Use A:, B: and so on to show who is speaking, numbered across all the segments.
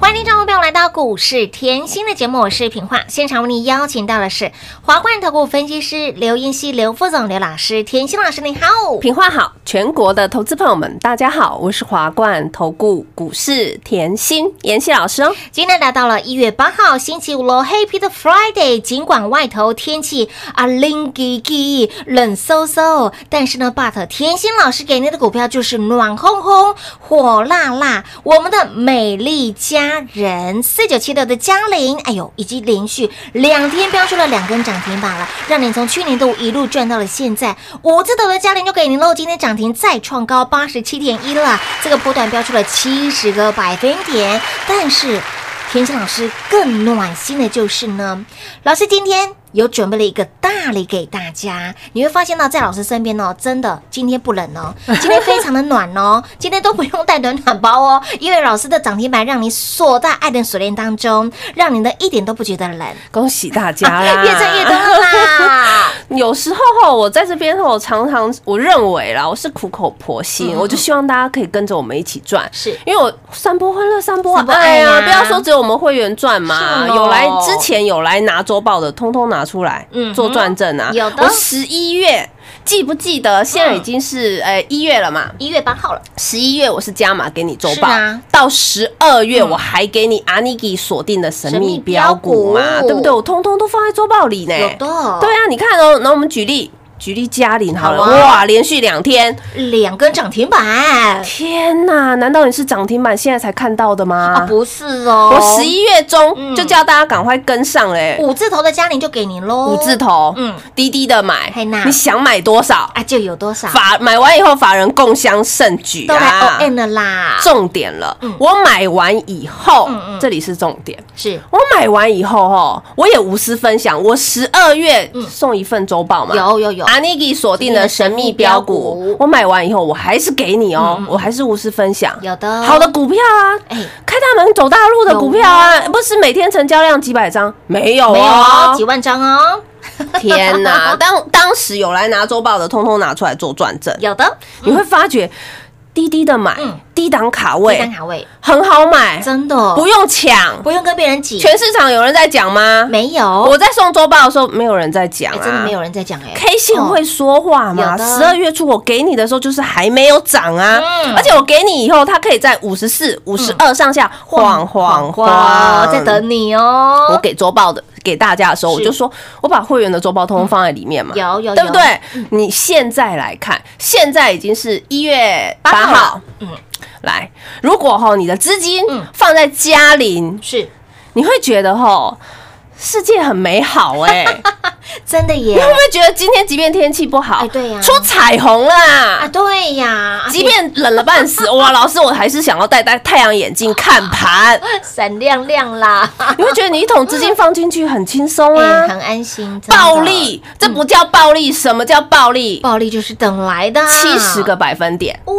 A: 欢迎听众朋友来到股市甜心的节目，我是平化。现场为你邀请到的是华冠投顾分析师刘英熙、刘副总、刘老师。甜心老师，你好！
B: 平话好，全国的投资朋友们，大家好，我是华冠投顾股市甜心妍希老师哦。
A: 今天来到了一月八号星期五喽，Happy 的 Friday。尽管外头天气啊冷叽叽、冷飕飕，但是呢，But 甜心老师给您的股票就是暖烘烘、火辣辣。我们的美丽佳人四九七六的嘉玲，哎呦，已经连续两天标出了两根涨停板了，让您从去年度一路赚到了现在。五字头的嘉玲就给您喽，今天涨停再创高八十七点一了，这个波段标出了七十个百分点，但是。甜心老师更暖心的就是呢，老师今天有准备了一个大礼给大家，你会发现到在老师身边哦，真的今天不冷哦，今天非常的暖哦，今天都不用带暖暖包哦，因为老师的涨停板让你锁在爱的锁链当中，让你的一点都不觉得冷，
B: 恭喜大家啦！
A: 越赚越多了啦！
B: 有时候吼，我在这边吼，常常我认为啦，我是苦口婆心，我就希望大家可以跟着我们一起赚，
A: 是
B: 因为我散播欢乐，散播
A: 散播
B: 爱
A: 爱
B: 呀、
A: 啊
B: 不要说只有我们会员赚嘛，
A: 是咯
B: 有来之前有来拿周报的，通通拿出来
A: 嗯哼
B: 做转正啊。
A: 有的
B: 我十一月记不记得？现在已经是呃一月了嘛，
A: 一月八号了，
B: 十一月我是加码给你周报，
A: 是啊嗯
B: 到十二月我还给你阿尼基锁定的神秘标股嘛，
A: 神秘标股
B: 对不对？我通通都放在周报里呢。
A: 有的，
B: 对，啊，你看哦，那我们举例举例嘉玲好了，
A: 好啊
B: 哇，连续两天，
A: 两根涨停
B: 啊
A: 板
B: 天哪！难道你是涨停板现在才看到的吗？
A: 啊，不是哦，
B: 我十一月中
A: 嗯
B: 就叫大家赶快跟上嘞、
A: 五字头的嘉玲就给您喽，
B: 五字头，
A: 嗯
B: 滴滴的买
A: 嘿呐，
B: 你想买多少？
A: 啊，就有多少
B: 法买完以后，法人共襄盛举
A: 都来哦哎 O
B: 啊！
A: N 了啦，
B: 重点了，我买完以后，这里是重点。
A: 是
B: 我买完以后哈，我也无私分享，我十二月送一份周报嘛。
A: 有有有，
B: 阿尼给锁定的神秘标
A: 锁定的神秘标
B: 股
A: 股，
B: 我买完以后我还是给你哦，我还是无私分享。
A: 有的
B: 好的股票啊，
A: 哎
B: 开大门走大路的股票啊，不是每天成交量几百张，没有
A: 没有
B: 哦
A: 哦，几。万张哦，
B: 天 哪，当当时有来拿周报的，通通拿出来做转正，
A: 有的
B: 你会发觉滴滴的买
A: 嗯，
B: 低档卡
A: 第三
B: 位
A: 卡位，
B: 很好买，
A: 真的哦
B: 不用抢。
A: 不用跟别人挤，
B: 全市场有人在讲吗？
A: 没有，
B: 我在送周报的时候，没有人在讲
A: 哎，
B: 啊，
A: 真的没有人在讲哎
B: K 线会说话吗？
A: 有的
B: 十二月初我给你的时候，就是还没有涨啊，
A: 嗯
B: 而且我给你以后，它可以在五十四、五十二上下晃晃
A: 哇，
B: 晃，
A: 在等你
B: 我
A: 哦，
B: 给周报的给大家的时候，我
A: 是
B: 就说我把会员的周报通通放在里面嘛，
A: 有有有
B: 对不对？你现在来看，现在已经是一月八
A: 八
B: 号
A: 号，嗯，
B: 来，如果哈你的资金
A: 嗯
B: 放在嘉陵，
A: 是
B: 你会觉得哈世界很美好 哎、
A: 真的耶
B: 你会，不会觉得今天即便天气不好，
A: 啊哎对呀
B: 出彩虹了
A: 啊，
B: 啊？
A: 对呀，
B: 即便冷了半 死，哇，老师，我还是想要戴戴太阳眼镜看盘。
A: 闪亮亮啦，
B: 你会觉得你一桶资金放进去很轻松
A: 哎，
B: 啊，
A: 很安心，真的
B: 暴利，
A: 嗯
B: 这不叫暴利，什么叫暴利？
A: 暴力就是等来的，
B: 七十个百分点，
A: 哇，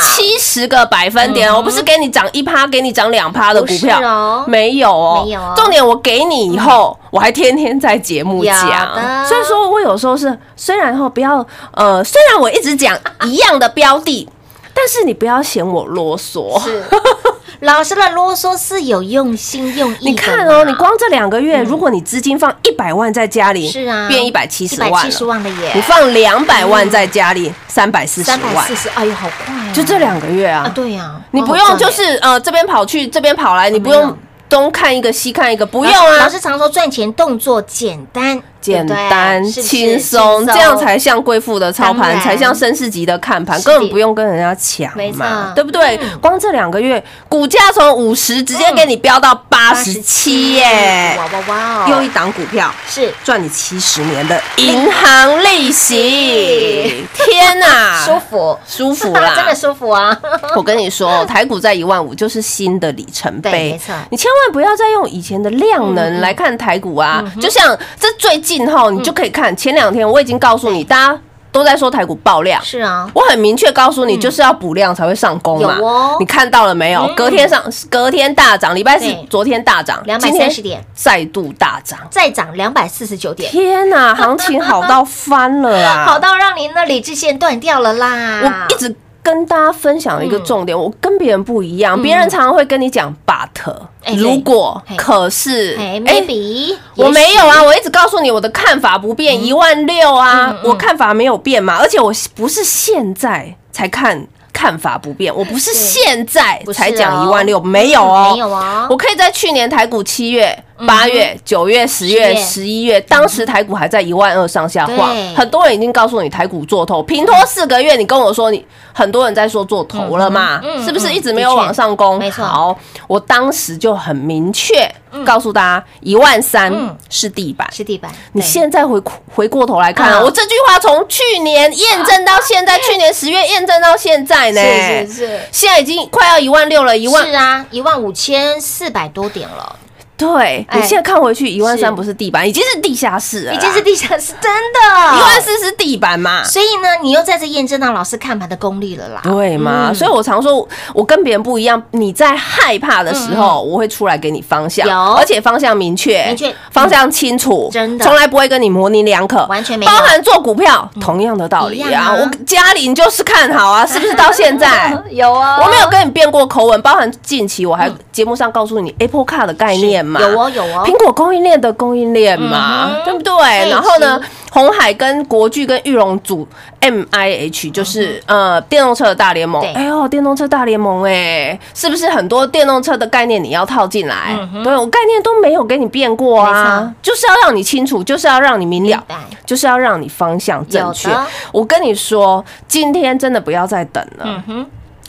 B: 七十个百分点，我不是给你涨一趴，给你涨两趴的
A: 嗯
B: 股
A: 不是哦
B: 票，没有哦，
A: 没有哦
B: 重点我给你以后，我还天天在节目
A: 有
B: 讲，
A: 的
B: 所以说我有时候是，虽然后不要，呃，虽然我一直讲一样的标 的，但是你不要嫌我啰嗦。
A: 是 老师的啰嗦是有用心用意的嘛。嗯
B: 你看哦，你光这两个月，如果你资金放一百万在家里，
A: 是啊，
B: 变一百七十万
A: 七十
B: 了；
A: 万的
B: 你
A: 耶，
B: 放两百万在家里，三百四十
A: 三百
B: 万
A: 四，十，哎呦，好快啊！
B: 就这两个月
A: 啊，
B: 啊。
A: 对呀，
B: 你不
A: 好好赚
B: 用就
A: 耶
B: 是呃这边跑去这边跑来，你不
A: 没
B: 用
A: 有
B: 东看一个西看一个，不
A: 老
B: 用
A: 师老
B: 啊，
A: 师常说赚钱动作简单，
B: 简单
A: 对不对
B: 轻松，这样。才像贵妇的操
A: 当
B: 盘，
A: 然
B: 才像绅士级的看盘，
A: 是的
B: 根本不用跟人家抢
A: 没错嗯
B: 嘛，对不对？光这两个月股价从五十直接给你飙到八十七耶，
A: 哇哇哇哦！
B: 又一档股票。
A: 是
B: 赚你七十年的银行利息，天
A: 嗯
B: 哪，
A: 舒服，
B: 舒服 啦，
A: 真的舒服 啊！
B: 我跟你说，台股在一万五就是新的里程碑，
A: 对没错嗯
B: 你千万不要再用以前的量能来看台股啊！就像这最近哈，你就可以看前两天我已经告诉你，大家都在说台股爆量，
A: 是啊，
B: 我很明确告诉你，就是要补量才会上攻嘛。
A: 有哦
B: 你看到了没有
A: 嗯？
B: 隔天上，隔天大涨，礼拜四
A: 对
B: 昨天大涨，
A: 230
B: 今天
A: 点
B: 再度大涨。
A: 再涨两百四十九点，
B: 天呐、行情好到翻了 啊！
A: 好，到让您的理智线断掉了啦。
B: 我一直跟大家分享一个重点，我跟别人不一样，
A: 嗯
B: 别人常常会跟你讲 but，、
A: 哎对
B: 如果
A: 嘿
B: 可是
A: 哎
B: 哎
A: ，maybe
B: 我
A: 也许
B: 没有啊，我一直告诉你我的看法不变，一万六啊
A: 嗯，嗯
B: 我看法没有变嘛，而且我不是现在才看看法不变，我不是现在
A: 不是
B: 才讲
A: 哦
B: 一万六，没有哦，
A: 没有哦
B: 我可以在去年台股七月、八月、九月、十
A: 嗯十
B: 月、
A: 月嗯
B: 十一月，当时台股还在一万二上下晃
A: 对，
B: 很多人已经告诉你台股做头，平拖四个月，你跟我说你很多人在说做头了嘛
A: 嗯嗯嗯，
B: 是不是一直
A: 的
B: 没有
A: 确
B: 往上攻？
A: 没错
B: 好，我当时就很明确告诉大家，一万三
A: 嗯
B: 是地板。
A: 是地板，
B: 你
A: 对
B: 现在回回过头来看啊，
A: 嗯
B: 我这句话从去年验证到现在，去年十月验证到现在呢，
A: 是是是，
B: 现在已经快要一万六了，一万
A: 是啊，一万五千四百多点了，
B: 对
A: 哎
B: 你现在看回去，一万
A: 是
B: 三不是地板，已经是地下室了啦，
A: 已经是地下室，真的
B: 一万。四是地板嘛。
A: 所以呢，你又再次验证到老师看盘的功力了啦。
B: 对嘛？
A: 嗯
B: 所以我常说，我跟别人不一样。你在害怕的时候，我会出来给你方
A: 嗯
B: 向，
A: 有
B: 而且方向明确，
A: 明确
B: 方向清楚，
A: 真的
B: 从来不会跟你模棱两可，
A: 完全没有嗯
B: 包含做股票，同样的道理
A: 一样
B: 啊。
A: 啊
B: 我嘉玲就是看好啊，是不是到现在？
A: 有啊
B: 我没有跟你变过口吻，包含近期我还节目上告诉你 Apple Car 的概念嘛，
A: 嗯有哦有哦，
B: 苹果供应链的供应链嘛，
A: 嗯哼
B: 对不对？
A: 以
B: 然后呢
A: 是，
B: 红海跟国巨跟玉龙组 M I H 就是、呃电动车的大联盟
A: 嗯对。
B: 哎呦，电动车大联盟哎、是不是很多电动车的概念你要套进来？
A: 嗯哼
B: 对我概念都没有给你变过
A: 没
B: 啊
A: 错，
B: 就是要让你清楚，就是要让你明了
A: 明白，
B: 就是要让你方向正确
A: 有的。
B: 我跟你说，今天真的不要再等了。
A: 嗯哼，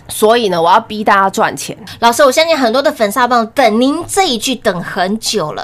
B: 所以呢，我要逼大家赚钱。
A: 老师，我相信很多的粉丝好朋友等您这一句等很久 了，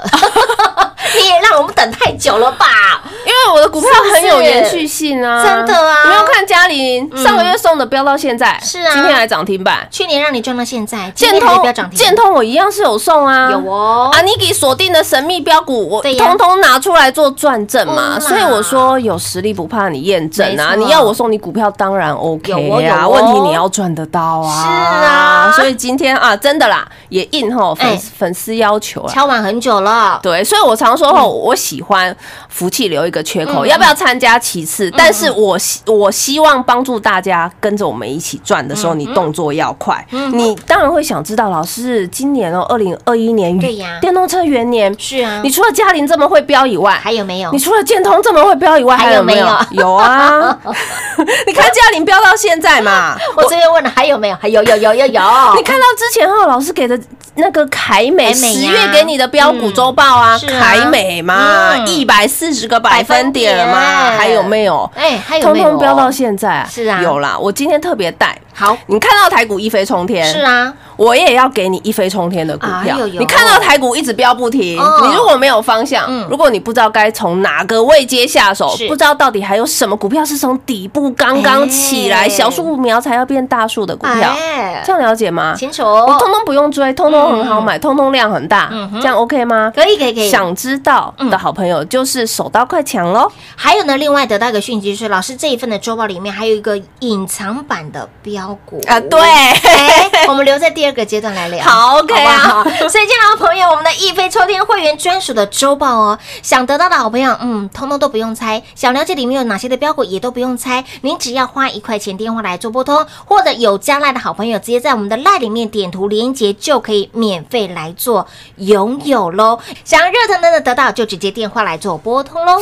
A: 你也让我们等太久了吧？
B: 因为我的股票
A: 是不是
B: 很有延续性啊，
A: 真的啊
B: 你没有看嘉玲上个月送的飙到现在，
A: 是啊
B: 今天还涨停板。
A: 去年让你赚到现在，今
B: 建
A: 天还不要
B: 通
A: 涨，停，
B: 建通我一样是有送啊，
A: 有哦
B: 啊，你给锁定的神秘标股，我
A: 对呀
B: 通通拿出来做转正嘛。
A: 嗯啦
B: 所以我说有实力不怕你验证啊，
A: 没错
B: 你要我送你股票当然 OK
A: 有哦有
B: 啊，
A: 哦
B: 问题你要赚得到啊。
A: 是啊
B: 所以今天啊，真的啦，也应吼
A: 哎
B: 粉丝粉丝要求啊，
A: 敲碗很久了，
B: 对，所以我常说吼，我喜欢福气留一个缺口，
A: 嗯
B: 要不要参加其次，但是我希我希望帮助大家跟着我们一起赚的时候，你
A: 嗯
B: 动作要快。你当然会想知道，老师今年哦，二零二一年
A: 对呀
B: 电动车元年，
A: 是啊
B: 你，除了嘉玲这么会飙以外，
A: 还有没有
B: 你？除了建通这么会飙以外，还有没有
A: 还？
B: 有啊， 你看嘉玲飙到现在嘛，
A: 我这边问了还有没有？还有有有有有，
B: 你看到之前哈老师给的那个凯美
A: 凯美
B: 十
A: 呀
B: 月给你的标股周报啊，
A: 嗯是啊
B: 凯美嘛，
A: 嗯
B: 一百四十个百分点
A: 百分
B: 嘛，
A: 点
B: 还有没有？
A: 哎，还有
B: 通
A: 没有？
B: 通飙到现在，
A: 是啊
B: 有啦。我今天特别带，
A: 好，
B: 你看到台股一飞冲天，
A: 是，啊，
B: 我也要给你一飞冲天的股
A: 哎
B: 票。
A: 呦呦
B: 你看到台股一直飙不停，
A: 哦
B: 你如果没有方向
A: 嗯，
B: 如果你不知道该从哪个位阶下手，
A: 是
B: 不知道到底还有什么股票是从底部刚
A: 哎
B: 刚起来，小树苗才要变大树的股票，
A: 哎
B: 这样了解吗？
A: 清楚，
B: 我通通不用追，通通很好买，通通量很大
A: 哦嗯嗯哼，
B: 这样 OK 吗？
A: 可以可以可以。
B: 想知道的好朋友就是手刀快抢喽！
A: 还有呢，另外得到一个讯息就是，老师这一份的周报里面还有一个隐藏版的标股
B: 啊，对，
A: 哎，我们留在第二个阶段来聊。
B: 好 OK 啊
A: 好不好所以，亲爱的朋友，我们的易飞抽天会员专属的周报哦，想得到的好朋友，嗯，通通都不用猜，想了解里面有哪些的标股也都不用猜，您只要花一块钱电话来做拨通，或者有加赖的好朋友，直接在我们的赖里面点图连接就可以免费来做拥有喽。想要热腾腾的得到，就直接电话来做拨通喽。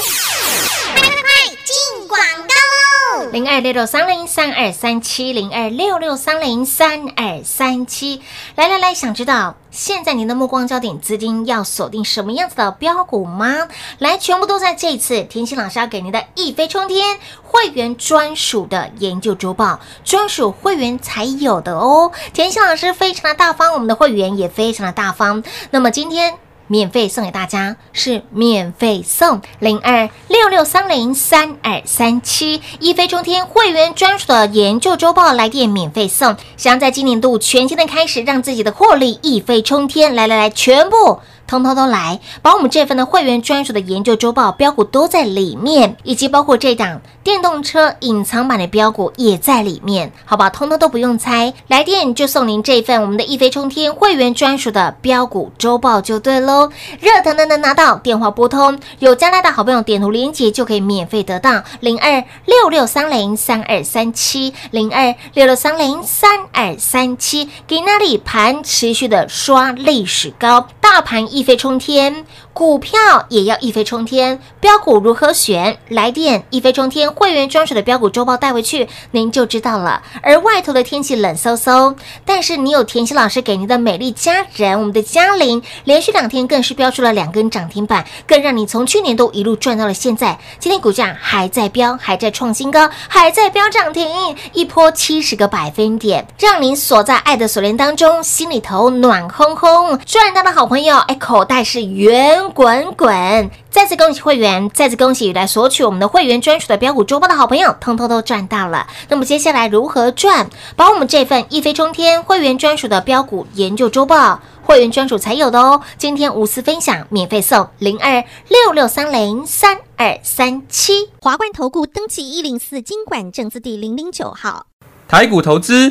A: 零二六六三零三二三七零二六六三零三二三七。来来来，想知道现在您的目光焦点资金要锁定什么样子的标股吗？来，全部都在这一次甜心老师要给您的一飞冲天会员专属的研究周报，专属会员才有的哦。甜心老师非常的大方，我们的会员也非常的大方。那么今天。免费送给大家，是免费送零二六六三零三二三七一飞冲天会员专属的研究周报来电免费送。想要在今年度全新的开始，让自己的获利一飞冲天，来来来，全部。通通都来，把我们这份的会员专属的研究周报标股都在里面，以及包括这档电动车隐藏版的标股也在里面，好吧，通通都不用猜，来电就送您这份我们的一飞冲天会员专属的标股周报就对喽，热腾腾的拿到，电话拨通，有加拿大好朋友点图连接就可以免费得到零二六六三零三二三七零二六六三零三二三七，给那里盘持续的刷历史高，大盘一飞冲天，股票也要一飞冲天，标股如何选？来电一飞冲天会员专属的标股周报带回去，您就知道了。而外头的天气冷飕飕，但是你有甜心老师给您的美丽家人，我们的嘉玲，连续两天更是标出了两根涨停板，更让你从去年都一路赚到了现在。今天股价还在飙，还在创新高，还在飙涨停，一波七十个百分点，让您锁在爱的锁链当中，心里头暖烘烘。赚到的好朋友，哎，口袋是圆滚滚。再次恭喜会员，再次恭喜来索取我们的会员专属的标股周报的好朋友，通通都赚到了。那么接下来如何赚？把我们这份一飞冲天会员专属的标股研究周报。会员专属才有的哦。今天无私分享，免费送零二六六三零三二三七。
C: 华冠投顾登记一零四经管证字第零零九号。
D: 台股投资，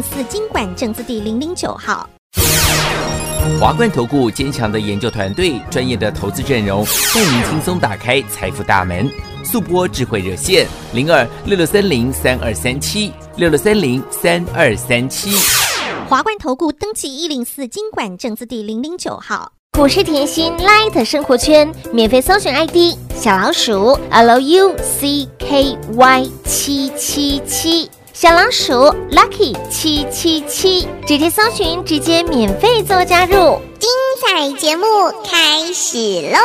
C: 四经管证字第零零九号。
E: 华冠投顾坚强的研究团队，专业的投资阵容，带您轻松打开财富大门。速播智慧热线零二六六三零三二三七六六三零三二三七。
C: 华冠投顾登记一零四经管证字第零零九号。
A: 股市甜心 Light 生活圈免费搜寻 ID 小老鼠 Lucky 七七七，小老鼠 Lucky 七七七，直接搜寻，直接免费做加入。
C: 彩节目开始喽！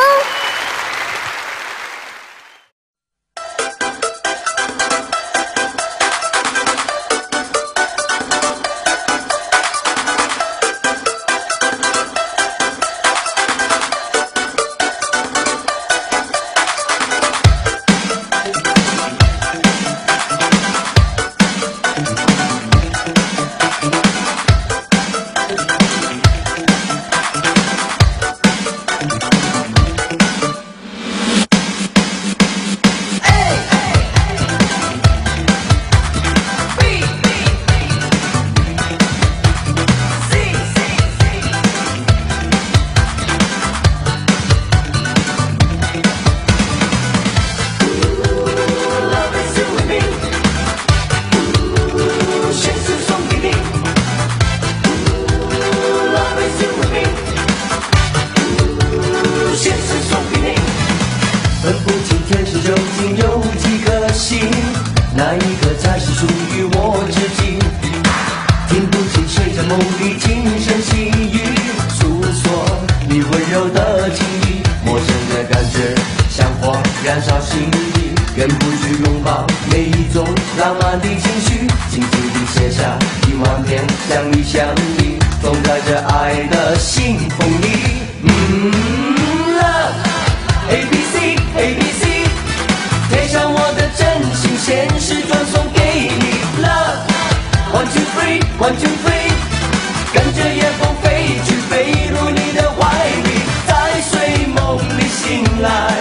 F: 分不清天是究竟有几颗心，哪一颗才是属于我自己？听不清谁在梦里轻声细语，诉说你温柔的情意。陌生的感觉像火燃烧心底，忍不住拥抱每一种浪漫的情绪，静静地写下一万遍想你想你，总在这爱的信封里。嗯，love，A 啊 B C A B C，贴上我的真心，现实转送给你，love。One two three, one two three，跟着夜风飞去，飞入你的怀里，在睡梦里醒来，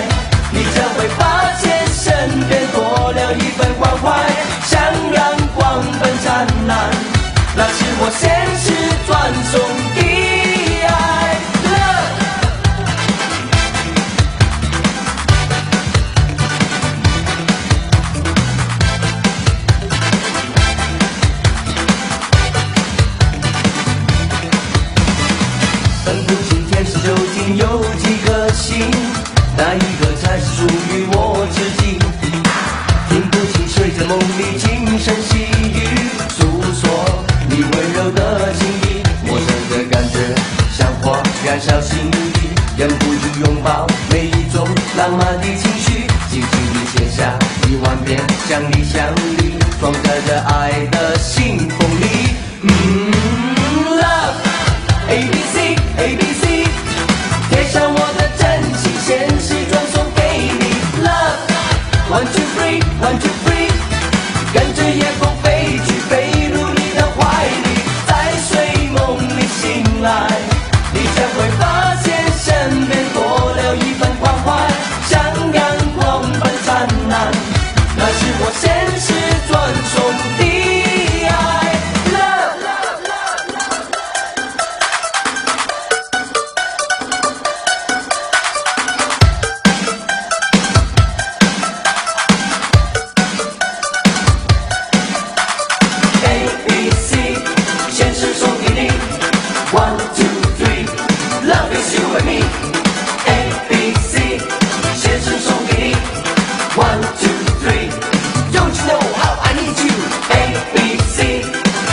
F: 你将会发现身边多了一份关怀，像阳光般灿烂，那是我现实转送的爱。Love。分不清天上究竟有几颗星，哪一颗才是属于我自己？听不清谁在梦里轻声细语，诉说你温柔的情意。陌生的感觉像火燃烧心意，忍不住拥抱每一种浪漫的情绪，轻轻地写下一万遍想你想你，装载着爱的信封里。嗯，Love，A B C A B C，贴上我的真情显示专送给你。Love，One two three One two three，跟着夜空飞去，飞入你的怀里，在睡梦里醒来，你将会发现身边多了一份关怀，像阳光般灿烂，那是我现实专送的爱。Love。A B C，现实送给你。One two three，Love is you and me。A B C，现实送给你。One two three，Don't you know how I need you。A B C，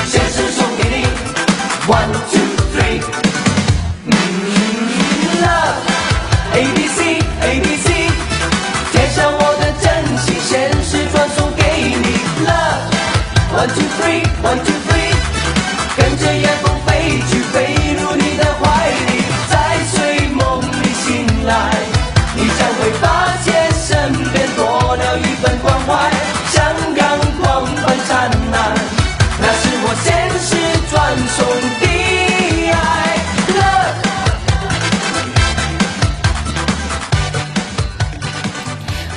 F: 现实送给你。One two three。Love A B C A B C，贴上我的真心，现实转送给你。Love one two three one two three，跟着夜风飞去，飞入你的怀里，在睡梦里醒来，你将会发现身边多了一份关怀，像阳光般灿烂，那是我现实转送的爱。Love。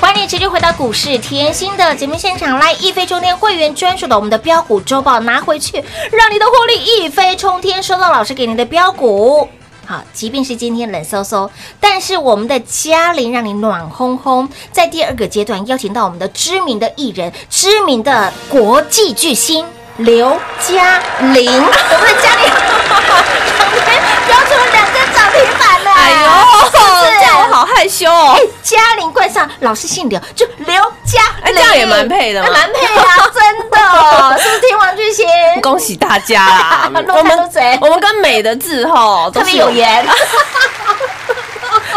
A: 欢迎持续回到股市甜心的节目现场，来一飞冲天会员专属的我们的标股周报拿回去，让你的获利一飞冲天，收到老师给你的标股。好，即便是今天冷飕飕，但是我们的嘉玲让你暖烘烘。在第二个阶段，邀请到我们的知名的艺人、知名的国际巨星刘嘉玲， 我们的嘉玲， 旁边标出了两个涨停板了，
B: 哎呦
A: 是不是，
B: 这样我好害羞哦
A: 哎。，嘉玲冠上老师姓刘，就刘嘉
B: 哎
A: 玲，
B: 这样也蛮配的嘛
A: 哎蛮配 啊，真的，哦是不是天王啊巨星？！
B: 恭喜大家啦
A: 落单都贼
B: 我们跟美的字吼
A: 特别有， 缘，
B: 都是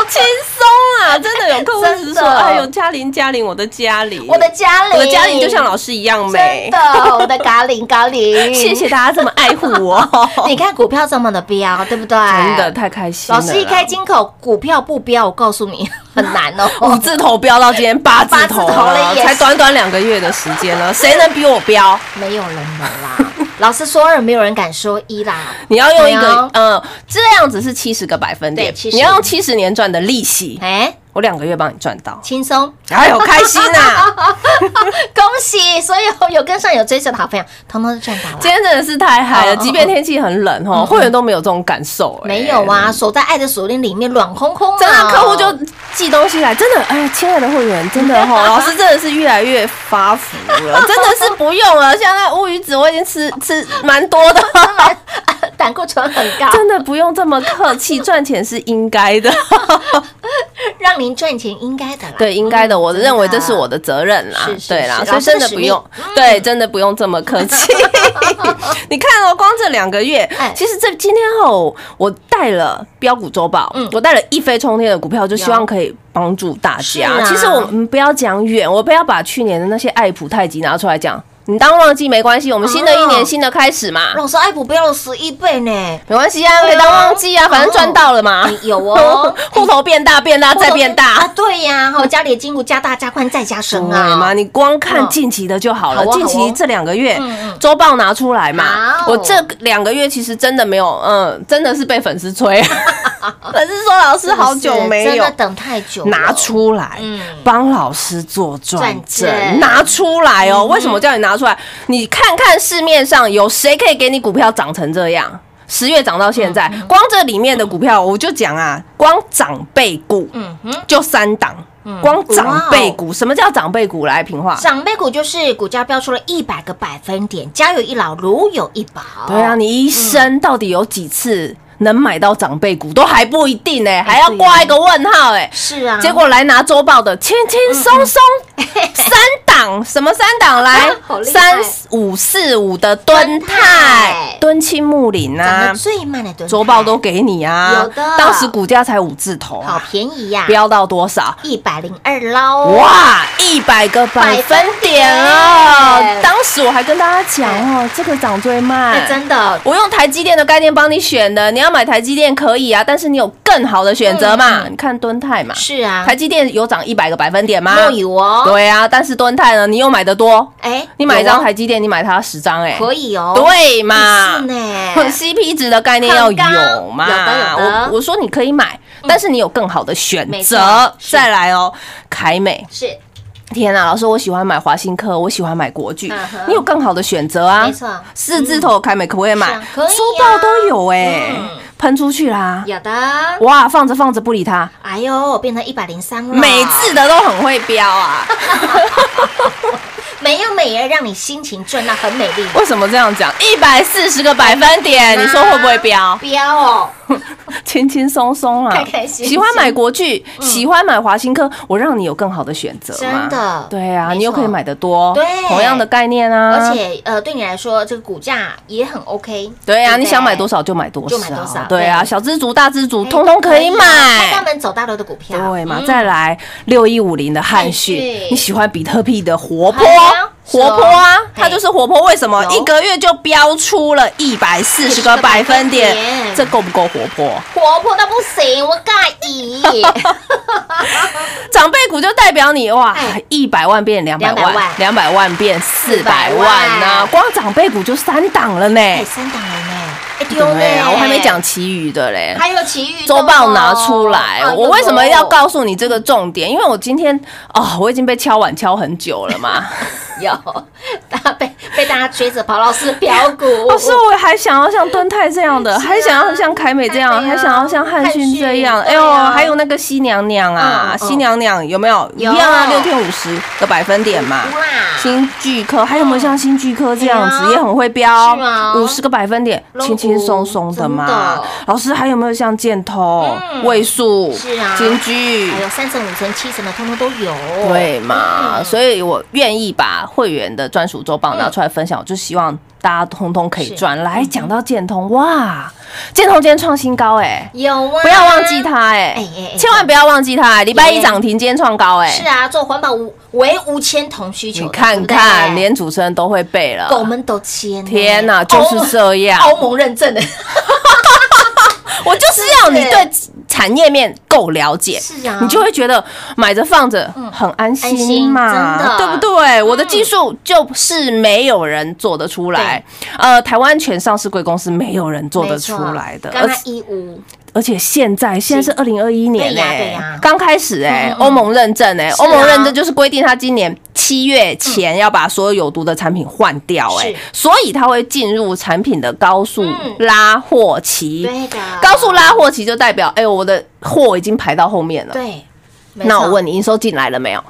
B: 轻松啊！真的有客户
A: 真
B: 是
A: 的
B: 说，哎呦，嘉玲嘉玲，我的嘉玲，
A: 我的嘉玲，
B: 我的嘉玲就像老师一样美
A: 真，的，我的咖喱咖喱，
B: 谢谢。大家这么爱护 我，
A: 你看股票这么的飙，对不对？
B: 真的。太开心了
A: 老
B: 啦。
A: 师一开金口，股票不飙，我告诉你 很难 哦。
B: 五字头飙到今天八字头
A: 八字头了
B: 了，
A: 耶
B: 才短短两个月的时间了，谁能比我 飙？
A: 没有人能啦。老师说二，没有人敢说一 啦。
B: 你要用一
A: 对
B: 个
A: 啊
B: 嗯，这样子是七十个百分点
A: 对，70
B: 你要用七十年赚的利息，
A: 哎，
B: 我两个月帮你赚到，
A: 轻松，
B: 哎呦，开心呐！
A: 恭喜所有有跟上有追随的好朋友，通通都赚到了。
B: 今天真的是太嗨了，
A: 嗯
B: 即便天气很冷哦，会员都没有这种感受。哎
A: 没有，啊，守在爱的锁链里面，软烘烘啊。
B: 真的客 户就寄东西来，真的，哎，亲爱的会员，真的哈，老师真的是越来越发福了，真的是不用了。像那乌鱼子，我已经吃吃蛮多的，
A: 胆固醇很高，
B: 真的不用这么客气，赚钱是应该 的，
A: 让您赚钱应该的啦。
B: 对，应该的，我
A: 真的啊
B: 认为这是我的责任啦
A: 嗯是是，
B: 对啦，
A: 是
B: 所
A: 老
B: 以
A: 师的
B: 真的
A: 使
B: 不
A: 命
B: 用，对，真的不用这么客 气。你看哦，光这两个月
A: 哎，
B: 其实这今天后我带了标股周报，
A: 嗯
B: 我带了一飞冲天的股票，就希望可以。帮助大
A: 是
B: 家。
A: 啊
B: 其实我们不要讲远，我不要把去年的那些爱普太极拿出来讲，你当忘记没关系。我们新的一
A: 哦
B: 年新的开始嘛，
A: 老师爱普飙了十一倍 呢，
B: 没关系啊，可以当忘记啊，反正赚到了嘛。，
A: 你有哦
B: 户头变大，变大，再变大
A: 啊，。对呀，哈，家里的筋骨加大加宽再加深
B: 对嘛，
A: 啊。
B: 你光看近期的就好
A: 嗯
B: 了。
A: 好哦
B: 近
A: 好
B: 期
A: 哦
B: 这两个月周报拿出来嘛，
A: 好
B: 我这两个月其实真的没有，嗯，真的是被粉 丝催，粉丝说老师好久没
A: 真
B: 有
A: 的等太久了，
B: 拿出来
A: 嗯，
B: 帮老师做转
A: 转正嗯
B: 正，拿出来哦。为什么叫你拿出来？你看看市面上有谁可以给你股票涨成这样？十月涨到现在，
A: 嗯
B: 光这里面的股票，我就讲啊，光长辈股，
A: 嗯哼，
B: 就三档。
A: 嗯
B: 光长辈
A: 哦
B: 股，什么叫长辈股？来，平话。
A: 长辈股就是股价飙出了一
B: 啊
A: 百个百分点，家有一老，如有一宝。
B: 对啊，你一生到底有几次能买到长辈股都还不一定
A: 嗯
B: 呢、还要挂一个问号哎、
A: 是啊，
B: 结果来拿周报的，轻轻松松三档，什么三档来
A: 嗯啊好？厉害
B: 三五四五的敦
A: 敦泰
B: 泰、敦亲睦林
A: 涨
B: 啊
A: 得，最慢的蹲
B: 周报都给你啊，
A: 有的
B: 当时股价才五字头
A: 好
B: 啊，
A: 便宜呀、
B: 飙到多少？
A: 一百零二喽，
B: 哇，一百个百
A: 百
B: 分点
A: 分点
B: 哦！当时我还跟大家讲哦，这个涨最慢
A: 哎，，真的
B: 我用台积电的概念帮你选的，你要买台积电可以啊，但是你有更好的选择嘛？你看敦泰嘛，
A: 嗯是啊，
B: 台积电有涨一百个百分点吗？
A: 莫雨哦，
B: 对啊，但是敦泰呢，你又买的多，
A: 哎，
B: 你买一张
A: 有哦
B: 台积电，你买它十张，哎，
A: 可以哦，
B: 对
A: 是
B: 嘛？
A: 呢，
B: CP 值的概念要
A: 很高
B: 有嘛？
A: 有的有的
B: 我我说你可以买，但是你有更好的选
A: 没错
B: 择。再来哦，凯美，
A: 是
B: 天啊，老师，我喜欢买华新科，我喜欢买国巨
A: 嗯哼，
B: 你有更好的选择啊。
A: 没错
B: 四字头凯美可不可以
A: 是
B: 买
A: 啊？可以啊
B: 书报都有哎
A: 嗯，
B: 喷出去啦！
A: 有的，
B: 哇，放着放着不理它，
A: 哎呦，变成一百零三了，
B: 每次的都很会 飙啊！
A: 没有美人让你心情赚到很美丽，
B: 为什么这样讲？一百四十个百分
A: 嗯
B: 点，你说会不会飙？
A: 标哦，
B: 轻轻松松啊，
A: 开开心心
B: 喜欢买国剧，喜欢买华新科，我让你有更好的选择嘛
A: 真的
B: 对啊，
A: 没错
B: 你又可以买的多，
A: 对
B: 同样的概念啊，
A: 而且呃，对你来说这个股价也很 OK，
B: 对啊，
A: 不
B: 你想买多少就买多
A: 就买多少
B: 少，对啊，
A: 对
B: 小知足、大知足，
A: 哎
B: 通通可以
A: 啊开大
B: 买。
A: 门走大楼的股票，
B: 对嘛，
A: 嗯
B: 再来六一五零的汉讯
A: 汉讯，
B: 你喜欢比特币的活泼
A: 哎呀，是哦
B: 活泼啊，
A: 嘿
B: 它就是活泼。为什么
A: 有
B: 一个月就飙出了一百哎四十个百分点
A: 百分点？
B: 这够不够活泼？
A: 活泼到不行，我尬 意，
B: 长辈股就代表你哇
A: 哎，
B: 一百万变两百万，两百万变四百万呐、
A: 400
B: 光长辈股就三档了呢。
A: 哎，三档人呢，哎丢呢
B: 对啊，我还没讲其余的嘞。
A: 还有其余的
B: 周
A: 哦
B: 报拿出来，
A: 哎呦
B: 我为什么要告诉你这个重点？因为我今天哦，我已经被敲碗敲很久了 嘛。
A: 有， 大家被被大家追着跑，老师标 股，
B: 老师，哦我还想要像敦泰这样的，
A: 是啊
B: 还想要像凯美这样，
A: 凯美啊
B: 还想要像汉
A: 汉
B: 逊
A: 逊
B: 这样。
A: 对
B: 哎呦，
A: 啊
B: 还有那个西娘娘啊，
A: 嗯嗯
B: 西娘娘有没有一
A: 有
B: 样啊？六天五十个百分点嘛。
A: 哇，
B: 新巨科还有没有像新巨科这样
A: 嗯
B: 子，也很会标
A: 是啊，
B: 五十个百分点，
A: 龙骨
B: 轻轻松松的
A: 真
B: 嘛
A: 的。
B: 老师还有没有像建通
A: 嗯、
B: 位数、
A: 是啊
B: 金居
A: 还？有三层、五层、七层的，通通都有，
B: 对嘛，
A: 嗯
B: 所以我愿意把会员的专属周报拿出来分享，我就希望大家通通可以
A: 是
B: 赚。来讲到建通，哇，建通今天创新高哎，
A: 有啊，
B: 不要忘记它
A: 哎
B: 哎
A: 哎哎，
B: 千万不要忘记它哎，礼拜
A: 耶
B: 一涨停，今天创高哎，
A: 是啊，做环保无为无铅同需求的，
B: 你看
A: 对不啊
B: 看，
A: 对
B: 连主持人都会背了，
A: 狗们都签呢，哦
B: 天哪，就是这样，
A: 欧盟认 证的，
B: 我就是要你对产业面够了解，
A: 是啊嗯
B: 你就会觉得买着放着很安
A: 安
B: 心
A: 心
B: 嘛，
A: 真的嗯
B: 对不对？我的技术就是没有人做得出来，呃，台湾全上市贵公司没有人做得出来的，
A: 刚
B: 而
A: 刚一五，
B: 而且现在现在是二零二一年
A: 对
B: 哎、
A: 呀对呀
B: 刚开始哎、
A: 嗯嗯
B: 欧盟认证哎、
A: 是啊
B: 欧盟认证就是规定它今年七月前要把所有有毒的产品换掉哎、
A: 是
B: 所以它会进入产品的高速
A: 嗯
B: 拉货期。
A: 对啊的，
B: 高速拉货期就代表，哎、呦，我的货已经排到后面了。
A: 对，没
B: 那我
A: 错
B: 问你，营收进来了没有？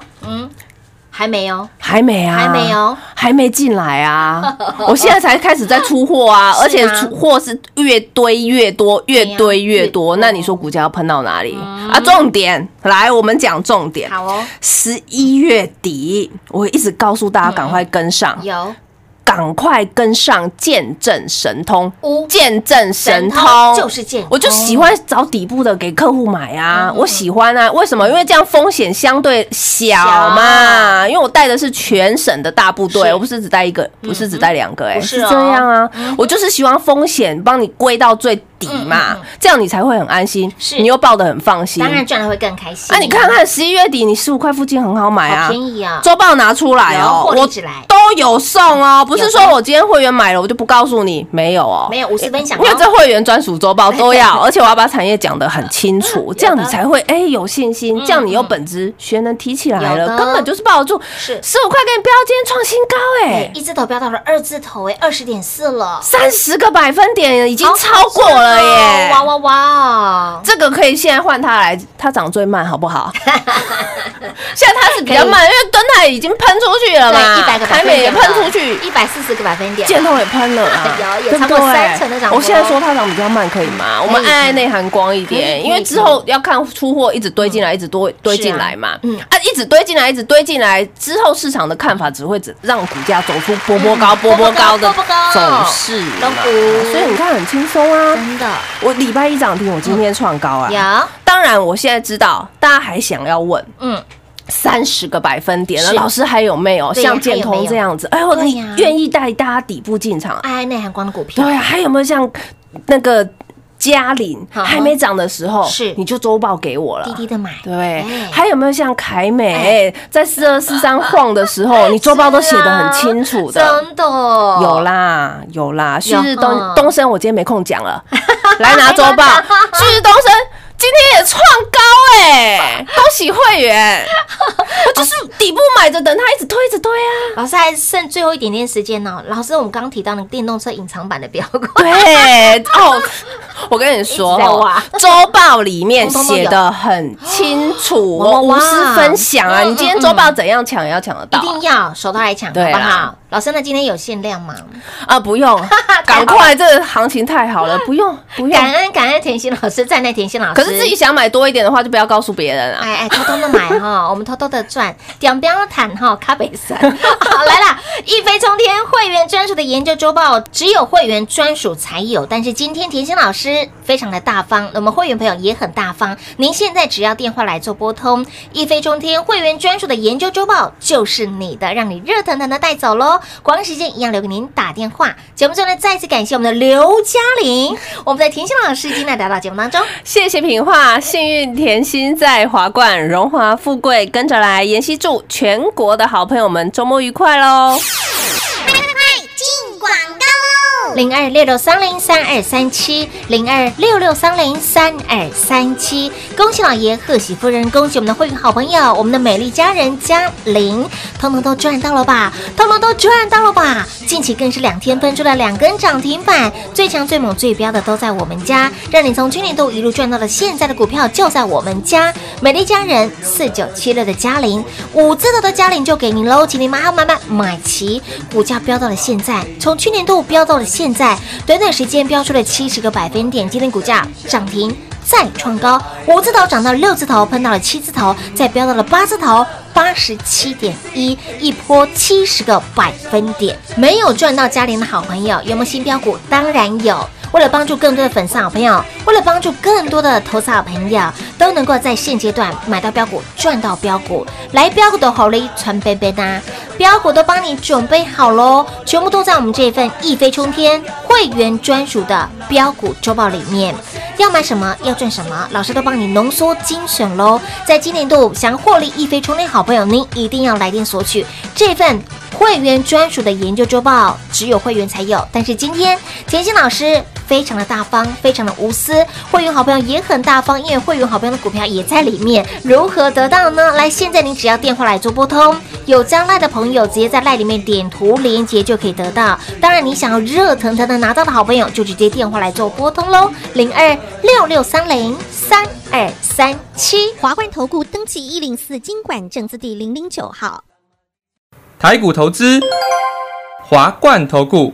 A: 还没有，
B: 还没啊，
A: 还没哦有，
B: 还没进来啊！ 我现在才开始在出货啊，而且出货是越堆越多，越堆越多。
A: 对啊
B: 那你说股价要喷到哪里、啊？重点来，我们讲重点。
A: 嗯好哦，
B: 十一月底，我一直告诉大家赶快跟上，
A: 嗯有
B: 赶快跟上，见证神通
A: 呜，
B: 见证神通
A: 就是健哦通，
B: 我就喜欢找底部的给客户买啊，
A: 嗯
B: 我喜欢啊，为什么？因为这样风险相对小嘛，因为我带的是全省的大部队，
A: 是
B: 我不是只带一个，不是只带两个，哎，
A: 不是
B: 是
A: 哦
B: 这样啊，我就是喜欢风险帮你归到最底嘛，这样你才会很安心，
A: 嗯是
B: 你又抱得很放心
A: 当。然赚了会更开心。
B: 那你看，看十一月底，你十五块附近很好买啊，
A: 好便宜啊，
B: 周报拿出来
A: 有
B: 哦，
A: 获利
B: 我
A: 起来
B: 都有送哦，不是说我今天会员买了我就不告诉你，没有哦，
A: 没有50分享哦
B: 因为这会员专属周报都要，而且我要把产业讲得很 清楚，这样你才会哎有信心，这样你有本质，学能提起来
A: 有的
B: 了，根本就是抱得住，
A: 是
B: 十五块给你标，今天创新高哎
A: 哎，。一只头飙到了二字头，哎，二十点四了，
B: 三十个百分点已经
A: 好
B: 超过了耶！
A: 哇哇哇！
B: 这个可以现在换它来，它涨最慢，好不好？现在它是比较慢，因为敦泰已经喷出去了嘛，
A: 对，一百个百
B: 台
A: 分
B: 美也
A: 点啊
B: 喷出去，
A: 一百四十个百分点，
B: 箭头也喷了啊，
A: 有哎也
B: 对不
A: 超过
B: 对
A: 三成的涨幅
B: 我现在说它涨比较慢，可以吗？我们暗暗内涵光一
A: 可以
B: 点，
A: 可以
B: 因为之后要看出货一直堆进来，一直多堆进来嘛，
A: 嗯
B: 啊，一直堆进来，一直堆进来之后，市场的看法只会只让股价走出波波高、波波高的
A: 嗯波波高嗯
B: 走势嘛
A: 龙骨
B: 所以你看很轻松啊。
A: 真的
B: 我礼拜一涨停，我今天创高啊。
A: 有，
B: 当然，我现在知道大家还想要问，
A: 嗯，
B: 三十个百分点了，
A: 是
B: 老师还有没有
A: 对
B: 像建通这样子？哎呦，
A: 有
B: 你
A: 对呀哎
B: 愿意带大家底部进场？
A: 爱内涵光的股票，
B: 对啊，还有没有像那个嘉玲
A: 好
B: 还没涨的时候，
A: 是
B: 你就周报给我
A: 滴
B: 了。
A: 滴的买，
B: 对
A: 哎，
B: 还有没有像凯美在四二四三晃的时候，你周报都写得很清楚的？
A: 真的
B: 有，啦，有啦，旭日
A: 哦嗯
B: 东东升，我今天没空讲 了，来拿周报。旭日东升今天也创高哎、恭喜会 员！我就是底部买着，等它一直推，一直推 啊。
A: 老师还剩最后一点点时间呢。老师，我们刚刚提到那个电动车隐藏版的标股，
B: 对哦，我跟你说
A: 一直在
B: 哦
A: 挖，
B: 周报里面写的很清 楚，
A: 哇哇
B: 我无私分享啊。
A: 嗯嗯
B: 你今天周报怎样抢也要抢得
A: 一
B: 到
A: 定要手到来抢，好
B: 对
A: 不
B: 啦
A: 好？老师，那今天有限量吗？
B: 啊！不用，赶快，这行情太好了，不用不用
A: 感。恩感恩甜心老师，在那甜心老师，
B: 可是自己想买多一点的话，就不要告诉别人啊。
A: 哎哎，偷偷的买 哈，我们偷偷的赚，点标谈哈，卡北山。好来啦，一飞冲天，会员专属的研究周报，只有会员专属才有。但是今天甜心老师非常的大方，我们会员朋友也很大方。您现在只要电话来做拨通，一飞冲天会员专属的研究周报就是你的，让你热腾腾的带走喽。广告时间一样留给您打电话。节目最后呢，再次感谢我们的刘嘉玲，我们的甜心老师今天来到节目当中。
B: 谢谢品画，幸运甜心在华冠，荣华富贵跟着来。妍希祝全国的好朋友们周末愉快喽！
A: 零二六六三零三二三七，零二六六三零三二三七。恭喜老爷，贺喜夫人，恭喜我们的会员好朋友，我们的美丽家人嘉玲，通通都赚到了吧？通通都赚到了吧？近期更是两天分出了两根涨停板，最强、最猛、最标的都在我们家，让你从去年度一路赚到了现在的股票就在我们家。美丽家人四九七六的嘉玲，五字头的嘉玲就给您喽，请您马上慢慢买齐，股价飙到了现在，从去年度飙到了现在，短短时间飙出了七十个百分点，今天股价涨停。再创高，五字头涨到六字头，喷到了七字头，再飙到了八字头，八十七点一，一波七十个百分点。没有赚到嘉玲的好朋友，有没有新标股？当然有。为了帮助更多的粉丝好朋友，为了帮助更多的投资好朋友，都能够在现阶段买到标股，赚到标股，来标股的好利传杯杯哒，标股都帮你准备好喽，全部都在我们这一份一飞冲天会员专属的标股周报里面。要买什么，要赚什么，老师都帮你浓缩精选喽。在今年度想获利一飞冲天好朋友，您一定要来电索取这份会员专属的研究周报，只有会员才有。但是今天甜心老师非常的大方，非常的无私，会员好朋友也很大方，因为会员好朋友的股票也在里面。如何得到呢？来，现在您只要电话来做拨通，有将赖的朋友直接在赖里面点图连接就可以得到。当然，你想要热腾腾的拿到的好朋友，就直接电话来做拨通喽，零二六六三零三二三七。
C: 华冠投顾登记一零四经管证字第零零九号。
D: 台股投资，华冠投顾。